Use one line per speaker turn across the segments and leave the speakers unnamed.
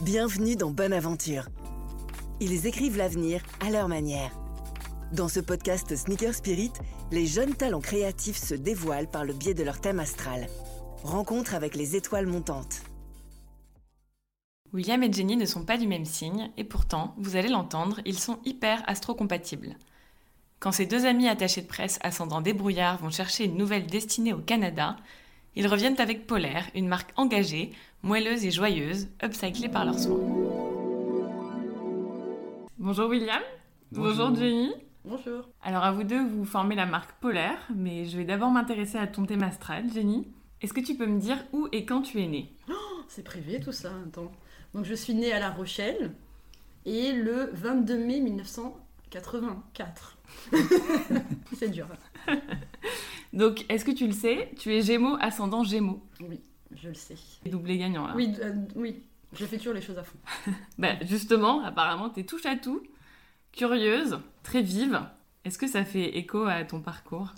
Bienvenue dans Bonne Aventure. Ils écrivent l'avenir à leur manière. Dans ce podcast Sneaker Spirit, les jeunes talents créatifs se dévoilent par le biais de leur thème astral. Rencontre avec les étoiles montantes.
William et Jenny ne sont pas du même signe, et pourtant, vous allez l'entendre, ils sont hyper astrocompatibles. Quand ces deux amis attachés de presse ascendant débrouillards vont chercher une nouvelle destinée au Canada, ils reviennent avec Polaire, une marque engagée, moelleuse et joyeuse, upcyclée par leurs soins. Bonjour William, bonjour, Jenny.
Bonjour.
Alors à vous deux, vous formez la marque Polaire, mais je vais d'abord m'intéresser à ton thème astral, Jenny. Est-ce que tu peux me dire où et quand tu es née
C'est privé tout ça, attends. Donc je suis née à La Rochelle et le 22 mai 1984. C'est dur.
Donc, est-ce que tu le sais Tu es Gémeaux, ascendant Gémeaux.
Oui, je le sais.
Doublé gagnant là.
Oui, euh, oui, je fais toujours les choses à fond.
Bah, justement, apparemment, t'es touche à tout, curieuse, très vive. Est-ce que ça fait écho à ton parcours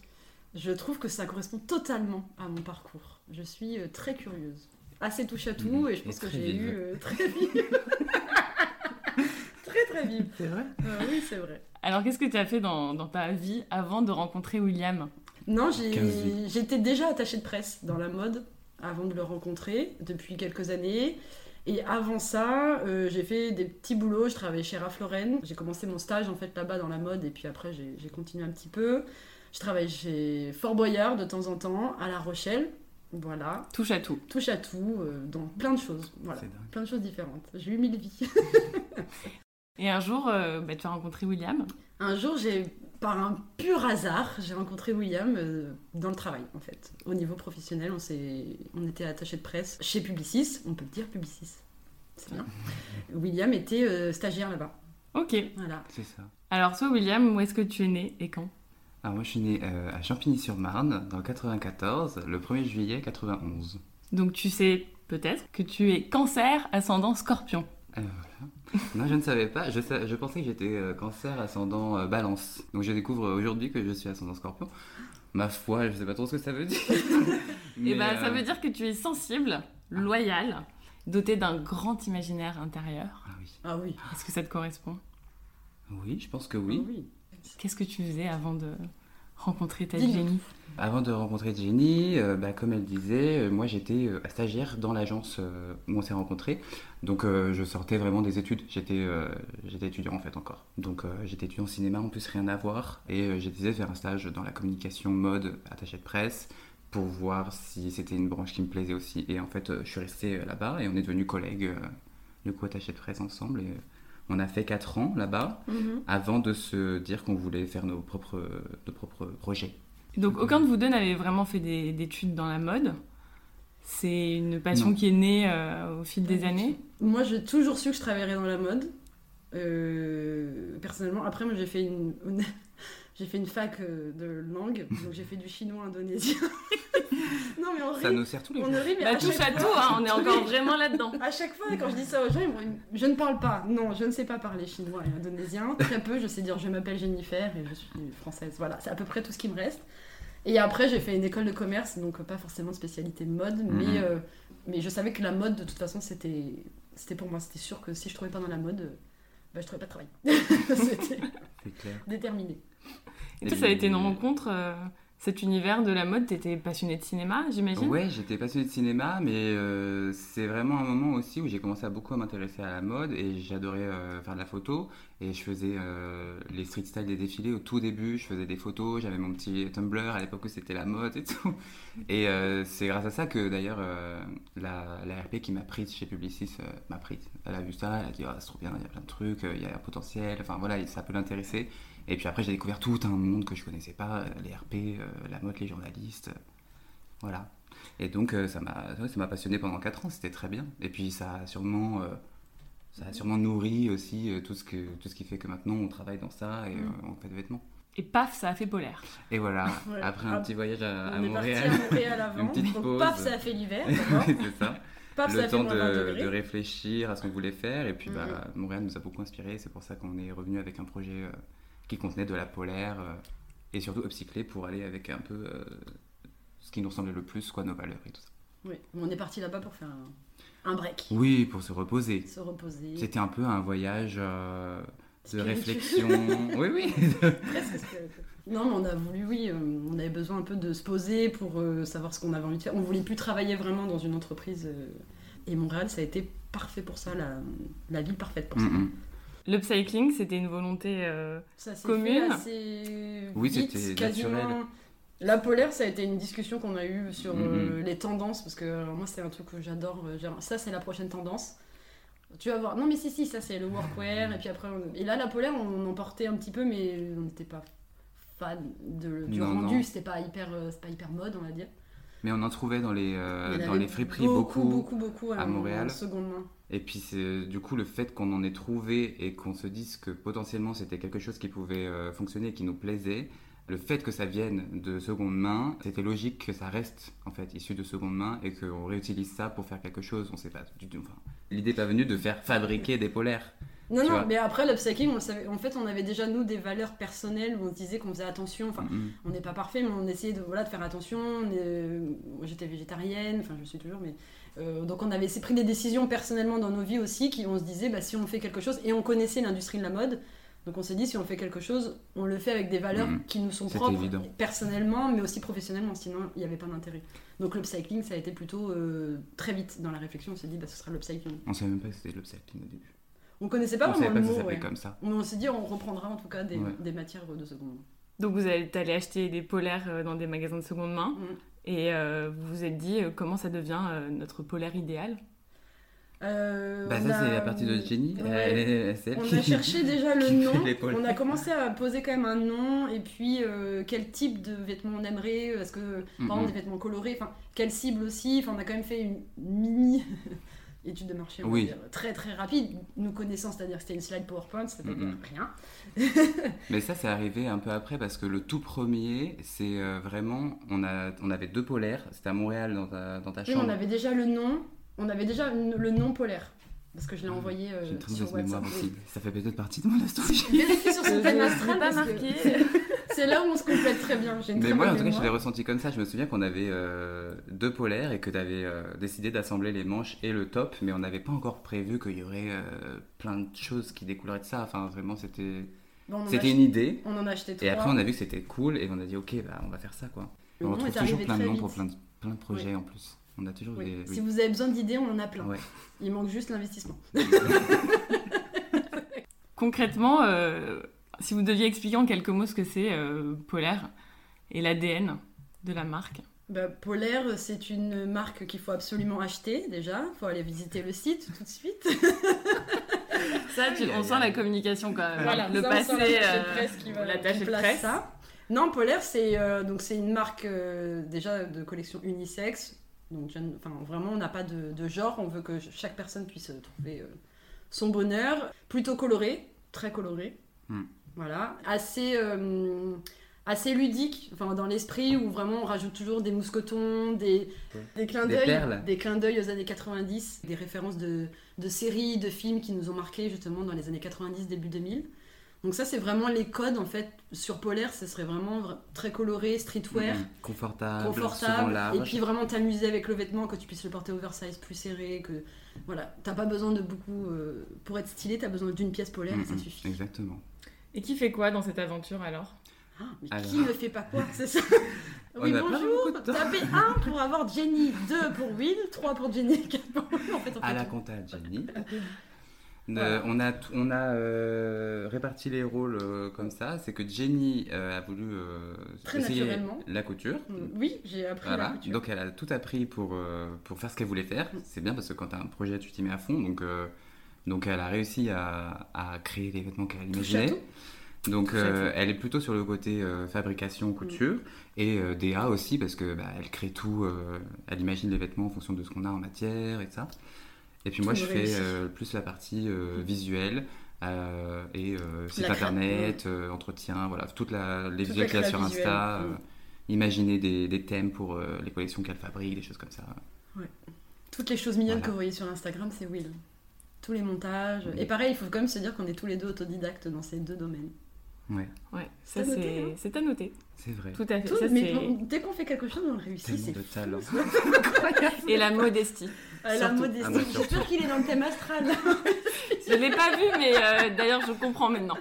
Je trouve que ça correspond totalement à mon parcours. Je suis euh, très curieuse, assez touche à tout
Mhm,
et je pense
et
que
très
j'ai
vive.
eu euh, très vive. très très vive.
C'est vrai
Euh, oui, c'est vrai.
Alors, qu'est-ce que tu as fait dans, dans ta vie avant de rencontrer William
Non,
15
j'ai-
vies.
j'étais déjà attachée de presse dans la mode avant de le rencontrer depuis quelques années. Et avant ça, euh, j'ai fait des petits boulots. Je travaillais chez Ralph Lauren. J'ai commencé mon stage en fait là-bas dans la mode et puis après j'ai j'ai continué un petit peu. Je travaille chez Fort Boyard de temps en temps à La Rochelle. Voilà,
Touche à tout.
touche à tout euh, dans plein de choses. Voilà,
C'est dingue.
plein de choses différentes. J'ai eu mille vies.
Et un jour, euh, bah, tu as rencontré William.
Un jour, j'ai par un pur hasard, j'ai rencontré William euh, dans le travail en fait. Au niveau professionnel, on s'est on était attaché de presse chez Publicis, on peut dire Publicis. C'est bien. William était euh, stagiaire là-bas.
Ok.
Voilà.
C'est ça.
Alors, toi, William, où est-ce que tu es né et quand
Alors moi je suis né euh, à Champigny-sur-Marne dans 94, le 1er juillet 91.
Donc, tu sais peut-être que tu es cancer, ascendant scorpion.
Non, je ne savais pas, je, sa- je pensais que j'étais euh, cancer ascendant euh, balance. Donc je découvre euh, aujourd'hui que je suis ascendant scorpion. Ma foi, je sais pas trop ce que ça veut dire.
et
Mais,
bah, ça
euh,
veut dire que tu es sensible, loyal, doté d'un grand imaginaire intérieur.
Ah oui.
Ah oui.
Est-ce que ça te correspond
Oui, je pense que Ah oui.
Qu'est-ce que tu faisais avant de rencontrer ta
Dis-nous.
Jenny
Avant de rencontrer Jenny, euh, bah, comme elle disait, euh, moi j'étais euh, stagiaire dans l'agence euh, où on s'est rencontrés. Donc euh, je sortais vraiment des études. J'étais euh, j'étais étudiant en fait encore. Donc euh, j'étais étudiant en cinéma, en plus rien à voir. Et euh, j'ai décidé de faire un stage dans la communication mode, attaché de presse, pour voir si c'était une branche qui me plaisait aussi. Et en fait euh, je suis resté euh, là-bas et on est devenus collègues, euh, du coup attaché de presse ensemble. Et euh, on a fait 4 ans là-bas
Mhm.
avant de se dire qu'on voulait faire nos propres, euh, nos propres projets.
Donc aucun de vous deux n'avait vraiment fait des- d'études dans la mode. C'est une passion
Non.
qui est née euh, au fil des années.
Moi, j'ai toujours su que je travaillerais dans la mode. Euh, personnellement, après moi j'ai fait une, une- j'ai fait une fac euh, de langue, donc j'ai fait du chinois indonésien. non mais on rit,
Ça nous sert tous les
on
jours.
rit mais
Bah,
à
touche
chaque
à tout,
fois-
hein, on est encore vraiment là-dedans.
À chaque fois, quand je dis ça aux gens, ils me disent Je ne parle pas. Non, je ne sais pas parler chinois et indonésien. Très peu, je sais dire Je m'appelle Jennifer et je suis française. Voilà, c'est à peu près tout ce qui me reste. Et après, j'ai fait une école de commerce, donc euh, pas forcément spécialité mode, mais,
Mhm.
euh, mais je savais que la mode, de toute façon, c'était c'était pour moi. C'était sûr que si je trouvais pas dans la mode, euh, bah, je trouvais pas de travail. c'était
C'est clair.
déterminé.
Et toi, ça a été une rencontre, euh, cet univers de la mode. T'étais passionnée de cinéma, j'imagine
Ouais, j'étais passionné de cinéma, mais euh, c'est vraiment un moment aussi où j'ai commencé à beaucoup à m'intéresser à la mode et j'adorais euh, faire de la photo et je faisais euh, les street style des défilés au tout début, je faisais des photos, j'avais mon petit Tumblr à l'époque où c'était la mode et tout. Et euh, c'est grâce à ça que d'ailleurs euh, la, la RP qui m'a prise chez Publicis euh, m'a prise. Elle a vu ça, elle a dit Ah, c'est trop bien, il y a plein de trucs, euh, il y a un potentiel, enfin voilà, et ça peut l'intéresser. Et puis après j'ai découvert tout un monde que je connaissais pas, euh, les RP, euh, la mode, les journalistes, euh, voilà. Et donc euh, ça m'a ouais, ça m'a passionné pendant 4 ans, c'était très bien. Et puis ça a sûrement, euh, ça a sûrement nourri aussi euh, tout, ce que, tout ce qui fait que maintenant on travaille dans ça
Mm.
et euh, on fait des vêtements.
Et paf, ça a fait polaire.
Et voilà,
Voilà.
après un
Ah,
petit voyage à, à
On est parti
Montréal,
à Montréal avant.
Une petite
donc,
pause.
paf, ça a fait l'hiver. d'abord.
c'est ça.
Paf, Ah, ça a
le
fait
temps
moins Mm, 20
de,
degrés.
de réfléchir à ce qu'on voulait faire. Et puis bah, Montréal nous a beaucoup inspiré, c'est pour ça qu'on est revenu avec un projet euh, qui contenait de la polaire euh, et surtout upcyclé pour aller avec un peu euh, ce qui nous ressemblait le plus, quoi, nos valeurs et tout ça.
Oui, mais on est parti là-bas pour faire un, un break.
Oui, pour se reposer.
Se reposer.
C'était un peu un voyage euh, de
Spirituel.
réflexion. oui, oui.
Presque spirituel. Non, mais on a voulu, oui, euh, on avait besoin un peu de se poser pour euh, savoir ce qu'on avait envie de faire. On voulait plus travailler vraiment dans une entreprise. euh, et Montréal, ça a été parfait pour ça, la, la ville parfaite pour ça.
Mm, mm.
L'upcycling, c'était une volonté. euh,
Ça s'est
Commune.
fait assez
Oui,
vite,
c'était
quasiment.
naturel.
La polaire, ça a été une discussion qu'on a eue sur
Mhm.
euh, les tendances, parce que alors, moi, c'est un truc que j'adore. euh, genre, ça, c'est la prochaine tendance. Tu vas voir, non, mais si, si, ça, c'est le workwear. Et puis après, on- et là, la polaire, on en portait un petit peu, mais on n'était pas fan de- du
Non, non.
rendu. C'était pas, hyper, euh, c'était pas hyper mode, on va dire.
Mais on en trouvait dans les,
Il
euh,
y en
dans
avait
les friperies
beaucoup, beaucoup,
beaucoup.
beaucoup, euh,
à
en-
Montréal.
en seconde main.
Et puis c'est- euh, du coup le fait qu'on en ait trouvé et qu'on se dise que potentiellement c'était quelque chose qui pouvait euh, fonctionner et qui nous plaisait, le fait que ça vienne de seconde main, c'était logique que ça reste en fait issu de seconde main et qu'on réutilise ça pour faire quelque chose. On sait pas du tout. Enfin, l'idée n'est pas venue de faire fabriquer des polaires.
Non,
Tu
non,
vois.
mais après, l'upcycling, on le savait- en fait, on avait déjà, nous, des valeurs personnelles où on se disait qu'on faisait attention. Enfin,
Mhm.
on n'est pas parfait, mais on essayait de, voilà, de faire attention. on est- moi, J'étais végétarienne, enfin je le suis toujours, mais. euh, donc on avait c'est pris des décisions personnellement dans nos vies aussi, qui on se disait bah, si on fait quelque chose, et on connaissait l'industrie de la mode, donc on s'est dit si on fait quelque chose, on le fait avec des valeurs
Mhm.
qui nous sont
C'était
propres,
évident.
personnellement, mais aussi professionnellement, sinon il n'y avait pas d'intérêt. Donc l'upcycling, ça a été plutôt euh, très vite dans la réflexion, on s'est dit bah, ce sera l'upcycling.
On savait même pas que c'était l'upcycling au début.
On connaissait pas
on savait
vraiment le
pas que ça
mot,
s'appelait
ouais.
comme ça.
Mais on s'est dit on reprendra en tout cas des,
Ouais.
des matières de seconde.
Donc vous êtes allé acheter des polaires euh, dans des magasins de seconde main
Mhm.
et euh, vous vous êtes dit euh, comment ça devient euh, notre polaire idéal.
Euh,
Bah
on
ça c'est
a-
la partie de Jenny.
Ouais.
Elle- c'est elle
On
qui-
a cherché déjà le
qui fait
nom.
les pôles.
On a commencé à poser quand même un nom et puis euh, quel type de vêtements on aimerait. Est-ce que
Mhm.
par exemple des vêtements colorés, enfin quelle cible aussi. Enfin on a quand même fait une mini étude de marché, on va
Oui.
dire, très très rapide. Nous connaissons, c'est-à-dire que c'était une slide PowerPoint, ça veut
Mhm.
dire rien.
Mais ça, c'est arrivé un peu après parce que le tout premier, c'est euh, vraiment. On, a, on avait deux polaires, c'était à Montréal dans ta, dans ta
Oui,
chambre.
on avait déjà le nom. On avait déjà une- le nom polaire parce que je l'ai
Ah,
envoyé euh,
J'ai une très
sur
mauvaise
WhatsApp.
mémoire aussi. Ça fait peut-être partie de mon astrologie.
Vérifiez sur son
Je-
thème
je
astral
l'ai pas
parce que
marqué.
c'est- C'est là où on se complète très bien. J'ai une
Mais
très
moi, en
bonne
tout cas, je
mémoire.
l'ai ressenti comme ça. Je me souviens qu'on avait euh, deux polaires et que tu avais décidé d'assembler les manches et le top, mais on n'avait pas encore prévu qu'il y aurait euh, plein de choses qui découleraient de ça. Enfin, vraiment, c'était
Bon, on en a
c'était
acheté-
une idée.
On en a acheté trois.
Et après, on a vu que c'était cool et on a dit, ok, bah, on va faire ça quoi.
Le
on
nom
retrouve
est
toujours
arrivé
plein de
très
noms pour
vite.
plein de, plein de projets en plus. On a toujours
Oui.
des.
Si vous avez besoin d'idées, on en a plein.
Ouais.
Il manque juste l'investissement.
Concrètement, euh, si vous deviez expliquer en quelques mots ce que c'est euh, polaire et l'ADN de la marque.
Bah, Polaire, c'est une marque qu'il faut absolument acheter déjà. Il faut aller visiter le site tout de suite.
Ça, tu-
Aïe,
on
aïe,
sent la
aïe.
communication quand même.
Voilà,
euh, le
ça, on
passé,
sent la tâche de
euh,
presse qui va-
la
qui
tâche de
place
presse.
ça. Non, Polaire, c'est euh, donc c'est une marque euh, déjà de collection unisexe. Donc jeune- enfin, vraiment, on n'a pas de, de genre. On veut que ch- chaque personne puisse euh, trouver euh, son bonheur. Plutôt coloré, très coloré.
Hmm.
Voilà, assez. euh, assez ludique, enfin dans l'esprit où vraiment on rajoute toujours des mousquetons, des,
Ouais.
des clins
Des
d'œil,
perles.
des clins d'œil aux années 90, des références de, de séries, de films qui nous ont marqués justement dans les années 90, début 2000. Donc ça c'est vraiment les codes en fait sur Polaire, ce serait vraiment vra- très coloré, streetwear,
Mhm. Confortable, souvent
confortable
large.
et puis vraiment t'amuser avec le vêtement que tu puisses le porter oversize plus serré que voilà, t'as pas besoin de beaucoup euh, pour être stylé, t'as besoin d'une pièce polaire et ça
Mhm,
suffit.
Exactement.
Et qui fait quoi dans cette aventure alors
Ah, mais
Alors.
qui ne fait pas quoi, c'est ça
On
Oui,
a pas beaucoup
bonjour
de temps.
Tapez 1 pour avoir Jenny, 2 pour Will, 3 pour Jenny, 4 pour Will. En fait, on
À
fait
la
tout.
compta, Jenny.
Voilà.
on a, t- on a euh, réparti les rôles euh, comme ça. C'est que Jenny euh, a voulu euh,
Très
essayer
naturellement.
la couture.
Mm, Oui, j'ai appris
Voilà.
la couture. Mm.
Donc elle a tout appris pour, euh, pour faire ce qu'elle voulait faire. C'est bien parce que quand tu as un projet, tu t'y mets à fond. Donc, euh, donc elle a réussi à, à créer les vêtements qu'elle
Touche à
imaginait.
tout.
Donc
Tout Mm. ça,
euh, elle est plutôt sur le côté euh, fabrication, couture et euh, DA aussi parce que bah, elle crée tout, euh, elle imagine les vêtements en fonction de ce qu'on a en matière et tout ça. Et puis moi
Tout
je
réussi. Mm.
fais euh, plus la partie euh, visuelle euh, et euh, site
cré-
internet, euh, entretien, voilà, toute la les
Toute
visuels
la
qu'il y
créa
a sur Insta,
visuelle,
euh,
mm.
imaginer des, des thèmes pour euh, les collections qu'elle fabrique, des choses comme ça.
Toutes les choses mignonnes
Voilà.
que vous voyez sur Instagram, c'est Will. Tous les montages.
Oui.
Et pareil, il faut quand même se dire qu'on est tous les deux autodidactes dans ces deux domaines.
Ouais,
C'est
ça
à noter,
c'est
hein.
c'est à noter.
C'est vrai.
Tout à fait.
Tout-
ça,
mais
c'est-
on- dès qu'on fait quelque chose, on le réussit.
Tellement
c'est
de
fou,
talent.
ça.
Et la modestie.
Euh, la
Surtout.
modestie.
Ah bah,
J'espère
surtout.
qu'il est dans le thème astral.
Je l'ai pas vu, mais euh, d'ailleurs, je comprends maintenant.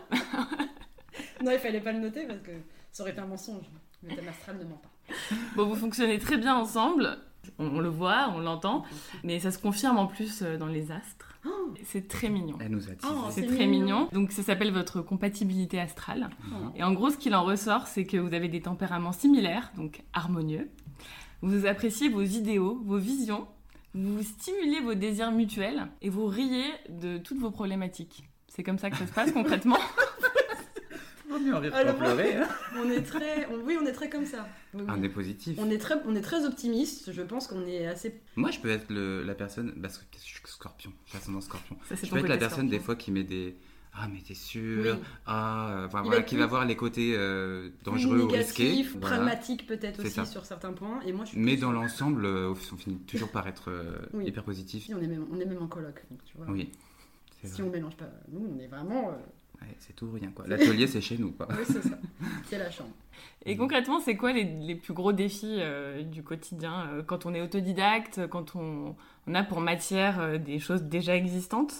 non, il fallait pas le noter parce que ça aurait été un mensonge. Le thème astral ne ment pas.
Bon, vous fonctionnez très bien ensemble. On, on le voit, on l'entend, mais ça se confirme en plus euh, dans les astres.
Oh,
C'est très mignon.
Elle nous a teasé.
Oh,
C'est
c'est
très
mignon.
mignon. Donc ça s'appelle votre compatibilité astrale.
Mm-hmm.
Et en gros, ce qu'il en ressort, c'est que vous avez des tempéraments similaires, donc harmonieux. Vous appréciez vos idéaux, vos visions. Vous stimulez vos désirs mutuels et vous riez de toutes vos problématiques. C'est comme ça que ça se passe concrètement.
Vaut mieux en rire
Ah,
qu'en
le-
pleurer, hein.
on est très, on- oui, on est très comme ça. Oui, oui.
Un des positifs.
On est très, on est très optimiste. Je pense qu'on est assez.
Moi, je peux être le- la personne. Parce que je suis scorpion. Je suis ascendant scorpion.
Ça, c'est
Je
ton
peux être
côté
la personne,
scorpion.
des fois, qui met des. Ah, mais t'es sûr
Oui.
Ah, euh, enfin,
Il
voilà,
est
qui
plus-
va voir les côtés euh,
plus
dangereux ou risqués.
négatif,
Voilà.
pragmatique peut-être
C'est
aussi
ça.
sur certains points. Et moi, je suis.
Mais
plus-
dans l'ensemble, euh, on finit toujours par être euh,
Oui.
hyper positif.
Si, on est même, on est même en coloc. donc, tu vois.
Oui. C'est
Si
vrai.
on mélange pas, nous, on est vraiment. euh,
Ouais, c'est tout ou rien, quoi. L'atelier, c'est chez nous, quoi.
Oui, c'est ça. C'est la chambre.
Et concrètement, c'est quoi les, les plus gros défis euh, du quotidien euh, quand on est autodidacte, quand on, on a pour matière euh, des choses déjà existantes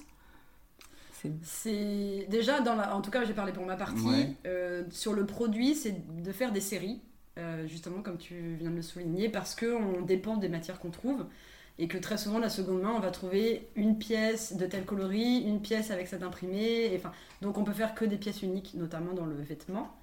C'est-
C'est déjà dans la. En tout cas, j'ai parlé pour ma partie.
Ouais.
euh, sur le produit, c'est de faire des séries, euh, justement comme tu viens de le souligner, parce que on dépend des matières qu'on trouve et que très souvent la seconde main, on va trouver une pièce de tel coloris, une pièce avec cet imprimé. et Enfin, donc on peut faire que des pièces uniques, notamment dans le vêtement.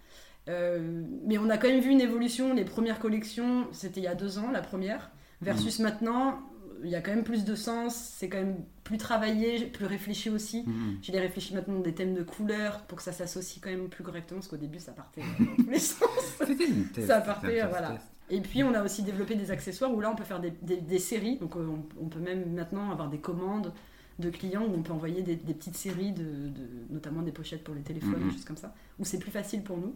Euh, mais on a quand même vu une évolution. Les premières collections, c'était il y a deux ans, la première, versus maintenant. Il y a quand même plus de sens, c'est quand même plus travaillé, plus réfléchi aussi.
Mhm.
Je les réfléchis maintenant des thèmes de couleurs pour que ça s'associe quand même plus correctement, parce qu'au début ça partait dans tous les sens.
C'était une thèse.
Ça
c'était un
partait,
test,
voilà.
test.
Et puis on a aussi développé des accessoires où là on peut faire des, des- des séries, donc euh, on, on peut même maintenant avoir des commandes de clients où on peut envoyer des, des petites séries, de, de- notamment des pochettes pour les téléphones,
Mhm.
des choses comme ça, où c'est plus facile pour nous.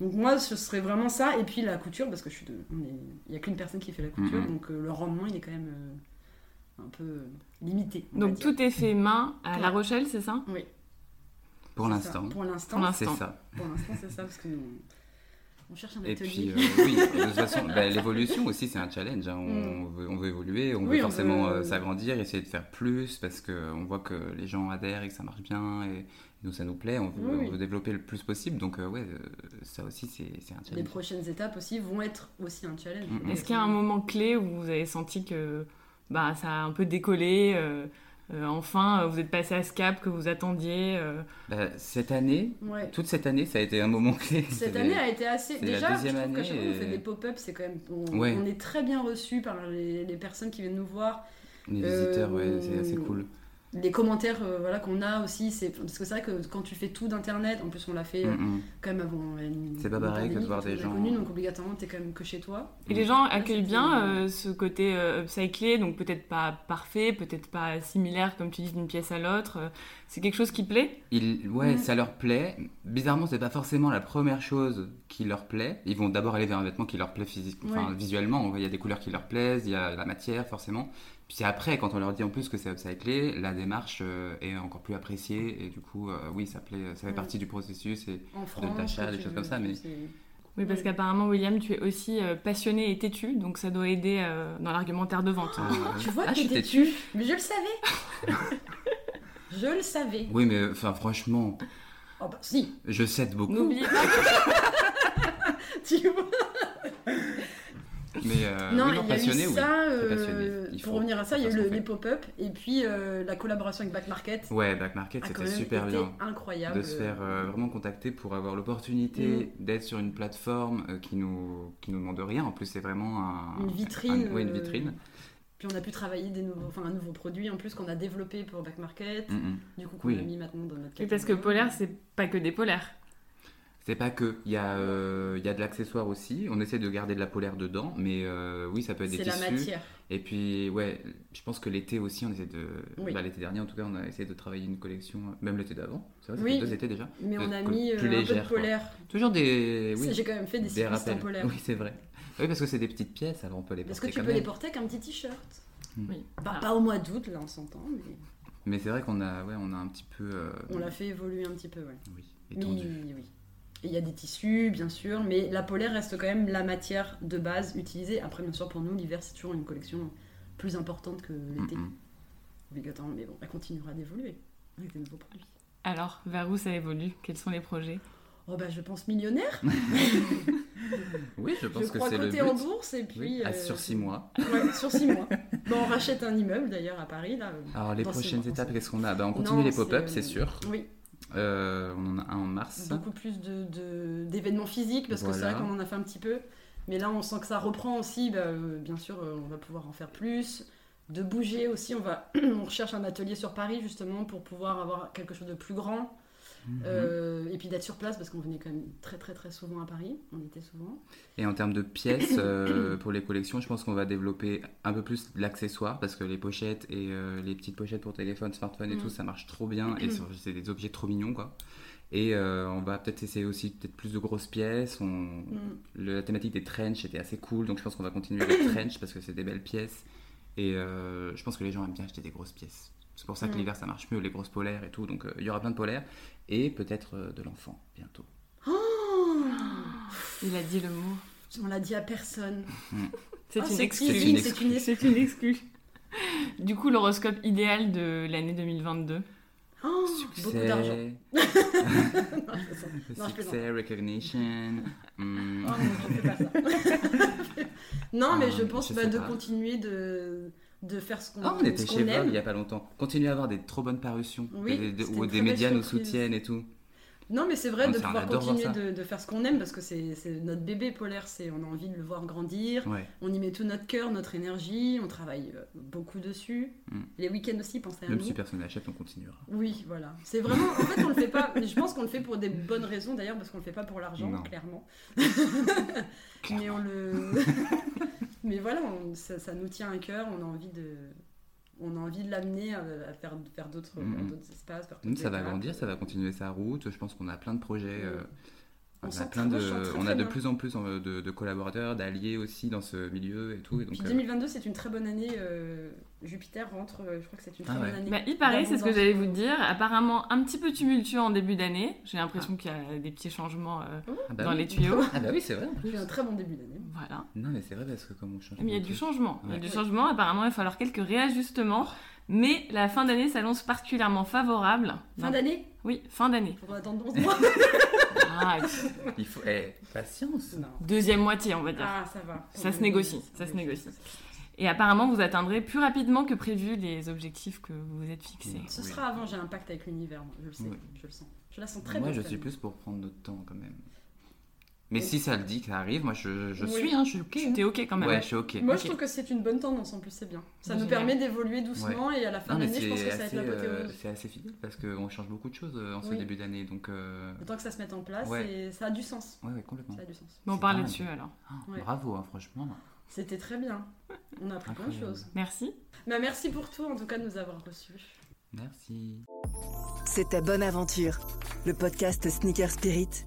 Donc moi ce serait vraiment ça, et puis la couture, parce que je suis de, on est- il n'y a qu'une personne qui fait la couture,
Mhm.
donc euh, le rendement il est quand même euh, un peu euh, limité. on va
Donc
dire.
tout est fait main à La
Ouais.
Rochelle, c'est ça
Oui,
Pour
c'est ça.
l'instant,
Pour l'instant.
Pour
c'est
l'instant.
ça.
Pour l'instant, c'est ça, parce que nous, on cherche un
Et
atelier.
puis, euh, oui, de toute façon, bah, l'évolution aussi, c'est un challenge. hein. On, veut, on veut évoluer, on
Mm. Oui,
veut
on
forcément
veut-
euh, s'agrandir, essayer de faire plus, parce qu'on voit que les gens adhèrent et que ça marche bien, et nous, ça nous plaît, on veut,
Oui, oui.
on veut développer le plus possible. Donc, euh, ouais, euh, ça aussi, c'est c'est un
Les
challenge.
prochaines étapes aussi vont être aussi un challenge.
Mm, mm.
Est-ce qu'il y a un moment clé où vous avez senti que bah, ça a un peu décollé euh, euh, Enfin, euh, vous êtes passé à ce cap que vous attendiez euh,
Bah, cette année,
Ouais.
toute cette année, ça a été un moment clé.
Cette
C'était-
année a été assez.
c'est la
Déjà, je
deuxième
trouve qu'à chaque
année
fois qu'on fait
et-
des pop-up, c'est quand même. On,
Ouais.
on est très bien reçu par les, les personnes qui viennent nous voir.
Les
euh,
visiteurs, ouais, c'est assez cool.
Les commentaires euh, voilà, qu'on a aussi. c'est- Parce que c'est vrai que quand tu fais tout d'internet, en plus on l'a fait euh,
Mm, mm.
quand même avant. une-
C'est pas
une
pareil que de
pandémie,
voir
quand
des
on est
gens.
Connu, donc obligatoirement, t'es quand même que chez toi.
Et les gens accueillent
c'était-
bien euh, ce côté euh, upcyclé, donc peut-être pas parfait, peut-être pas similaire, comme tu dis, d'une pièce à l'autre. euh, C'est quelque chose qui plaît
Ils- ouais,
Mm.
ça leur plaît. Bizarrement, c'est pas forcément la première chose qui leur plaît. Ils vont d'abord aller vers un vêtement qui leur plaît physiquement, enfin
Ouais.
visuellement. On voit, Il y a des couleurs qui leur plaisent, il y a la matière forcément. Puis après, quand on leur dit en plus que c'est upcyclé, la démarche euh, est encore plus appréciée et du coup, euh, oui, ça plaît, ça fait
Mm.
partie du processus. Et
En France.
d'achat, des
tu-
choses comme ça, mais-
c'est-
Oui, parce
Oui.
qu'apparemment, William, tu es aussi euh, passionné et têtu, donc ça doit aider euh, dans l'argumentaire de vente.
Ah,
Tu vois
ah,
que
je suis
t'es
têtu.
têtu. Mais je le savais Je le savais
Oui, mais enfin, franchement,
Ah
Oh bah si
je cède beaucoup.
N'oubliez pas que
Tu vois
Mais euh,
non,
oui,
il y a eu
passionné, oui.
ça,
Très
euh,
passionné. Il
pour
faut-
revenir à ça,
faut
il y a eu
faire
le-
ce qu'on
les
fait.
pop-up et puis euh, la collaboration avec Back Market
Ouais, Black Market,
a Ah, quand
c'était
même
super
été
bien.
incroyable.
de se faire
Mhm.
euh, vraiment contacter pour avoir l'opportunité d'être sur une plateforme euh, qui nous qui nous demande rien. En plus, c'est vraiment un-
Une vitrine,
un- ouais, une
euh,
vitrine.
Puis on a pu travailler des nouveaux, enfin, un nouveau produit en plus qu'on a développé pour Back Market,
Mm, mm.
du coup qu'on
Oui.
a mis maintenant dans notre
Oui, parce que
catalogue.
polaire, c'est pas que des polaires.
C'est pas que il y a euh, il y a de l'accessoire aussi. On essaie de garder de la polaire dedans, mais euh, oui, ça peut être des
c'est la
tissus.
matière.
Et puis ouais, je pense que l'été aussi, on essaie de
Oui.
bah, l'été dernier en tout cas, on a essayé de travailler une collection, euh, même l'été d'avant. C'est vrai, ça
Oui.
fait deux étés déjà.
Mais on
de-
a
plus
mis euh, un peu de
légère, quoi.
polaire.
Toujours des
C'est-
oui,
J'ai quand même fait des, cyclistes en polaire.
Oui, c'est vrai. Oui, parce que c'est des petites pièces, alors on peut les
Parce
porter
que tu
quand
peux
même. Mm.
les porter avec un petit t-shirt.
Oui.
Bah,
Ah.
Pas au mois d'août, là on s'entend, mais
Mais c'est vrai qu'on a ouais, on a un petit peu euh,
on l'a fait évoluer un petit peu. Ouais.
oui,
Mais
étendu.
oui. Et Il y a des tissus, bien sûr, mais la polaire reste quand même la matière de base utilisée. Après, bien sûr, pour nous, l'hiver, c'est toujours une collection plus importante que l'été.
Mm, mm.
Obligatoirement, mais bon, elle continuera d'évoluer avec des nouveaux produits.
Alors, vers où ça évolue Quels sont les projets
Oh bah je pense millionnaire.
Oui, je pense
je
que
crois
c'est le
coté
but.
en bourse et
Oui,
puis
à-
euh,
Ah, sur six mois.
ouais, sur six mois. Bon, on rachète un immeuble d'ailleurs à Paris là. euh,
Alors les
dans six
prochaines
mois,
étapes,
dans six
qu'est-ce qu'on a Bah, On
mois.
continue
Non,
les pop-up,
euh,
c'est sûr.
Oui,
Euh, on en a un en mars.
beaucoup plus de- de- d'événements physiques parce que c'est
Voilà.
vrai qu'on en a fait un petit peu. Mais là, on sent que ça reprend aussi. Bah, euh, bien sûr, euh, on va pouvoir en faire plus. De bouger aussi, on, va, on recherche un atelier sur Paris justement pour pouvoir avoir quelque chose de plus grand.
Mhm.
Euh, et puis d'être sur place parce qu'on venait quand même très très très souvent à Paris. On était souvent.
Et en termes de pièces euh, pour les collections, je pense qu'on va développer un peu plus l'accessoire parce que les pochettes et euh, les petites pochettes pour téléphone, smartphone et
Mm.
tout, ça marche trop bien et sur- c'est des objets trop mignons quoi. Et euh, on va peut-être essayer aussi peut-être plus de grosses pièces. On...
Mm.
le- la thématique des trench était assez cool, donc je pense qu'on va continuer les trench parce que c'est des belles pièces. Et euh, je pense que les gens aiment bien acheter des grosses pièces. C'est pour ça que
Mm.
l'hiver ça marche mieux, les grosses polaires et tout. Donc euh, il y aura plein de polaires et peut-être euh, de l'enfant bientôt.
Il a dit le mot.
Oh, On l'a dit à personne.
C'est
Ah,
une
teasing,
C'est
excuse.
une
C'est une excuse.
C'est une excuse. Du coup, l'horoscope idéal de l'année 2022.
Oh, beaucoup
Succès,
d'argent. Non, je plaisante. Non, je plaisante.
Succès, recognition.
Oh,
mm.
non, je fais pas ça. non, mais je
Euh,
pense
je
bah,
sais
de
pas.
continuer de, de faire ce qu'on
Ah, on était
ce qu'on
chez Vogue il
aime.
n'y a pas longtemps. Continuez à avoir des trop bonnes parutions
Oui,
des- des-
c'était
où
une
des
très belle
médias nous
surprise.
soutiennent et tout.
Non, mais c'est vrai de
Ah, ça, on
pouvoir
adore voir
continuer
ça.
de, de faire ce qu'on aime parce que c'est c'est notre bébé polaire. C'est on a envie de le voir grandir.
Ouais.
On y met tout notre cœur, notre énergie. On travaille euh, beaucoup dessus.
Mm.
Les week-ends aussi, pensez à
Même
nous.
si personne n'achète, on continuera.
Oui, voilà. C'est vraiment. En fait, on le fait pas. mais Je pense qu'on le fait pour des bonnes raisons d'ailleurs, parce qu'on le fait pas pour l'argent,
Non.
clairement. Mais on le. Mais voilà, on- ça, ça nous tient à cœur. On a envie de. On a envie de l'amener à, à faire, faire d'autres
Mhm.
vers d'autres espaces. vers
Nous,
d'autres
ça va
étapes.
grandir, ça va continuer sa route. Je pense qu'on a plein de projets.
Ouais.
euh,
On
on,
s'en
a plein de,
rapproche, on s'en
on a
fait
de
bien.
plus en plus euh, de, de collaborateurs, d'alliés aussi dans ce milieu et tout. Et donc,
Puis
euh,
2022, c'est une très bonne année. euh, Jupiter rentre, euh, je crois que c'est une
Ah
très
ouais.
bonne année.
Bah, il paraît, c'est ce que
d'abondance.
j'allais vous dire. Apparemment, un petit peu tumultueux en début d'année. J'ai l'impression qu'il y a des petits changements euh,
ah bah
dans
oui.
les tuyaux.
Ah bah oui, c'est vrai.
On a eu un très bon début d'année.
Voilà.
Non, mais c'est vrai parce que comme on change.
Mais il y a du
beaucoup.
changement. Il y a
Ouais.
du changement. Apparemment, il va falloir quelques réajustements. Mais la fin d'année s'annonce particulièrement favorable.
Fin
Non.
d'année
Oui, fin d'année.
Faudra attendre 11 mois.
Ah,
Il faut. eh, patience.
Non.
deuxième moitié, on va dire.
Ah, ça va.
Ça se négocie, ça se négocie. Et apparemment, vous atteindrez plus rapidement que prévu les objectifs que vous vous êtes fixés.
Ce
Oui.
sera avant, j'ai un pacte avec l'univers, moi, je le sais,
Oui.
je le sens. Je la sens très
moi,
bien.
je
cette
suis
année.
plus pour prendre notre temps quand même. Mais
Oui.
si ça le dit que ça arrive, moi je, je
Oui. Ah bah
suis, hein, je suis ok. hein.
T'es ok quand même.
Ouais, je suis ok.
Moi,
Ok.
je trouve que c'est une bonne tendance, en plus, c'est bien. Ça nous
Génial.
permet d'évoluer doucement et à la fin
Non,
de
mais
l'année, je pense
c'est
que ça va être
assez, euh,
l'apothéose.
c'est assez fidèle parce qu'on change beaucoup de choses euh, en ce
Oui.
début d'année. Donc, euh,
Le temps que ça se mette en place,
Ouais.
et ça a du sens.
ouais, ouais, complètement.
Ça a du sens.
Bon, on
C'est
parle
dingue.
là-dessus alors.
Ah,
Ouais.
Bravo, hein, franchement.
C'était très bien. On a appris plein de
Incroyable.
choses.
Merci.
Bah, merci pour tout, en tout cas, de nous avoir reçus.
Merci.
C'était Bonne Aventure, le podcast Sneaker Spirit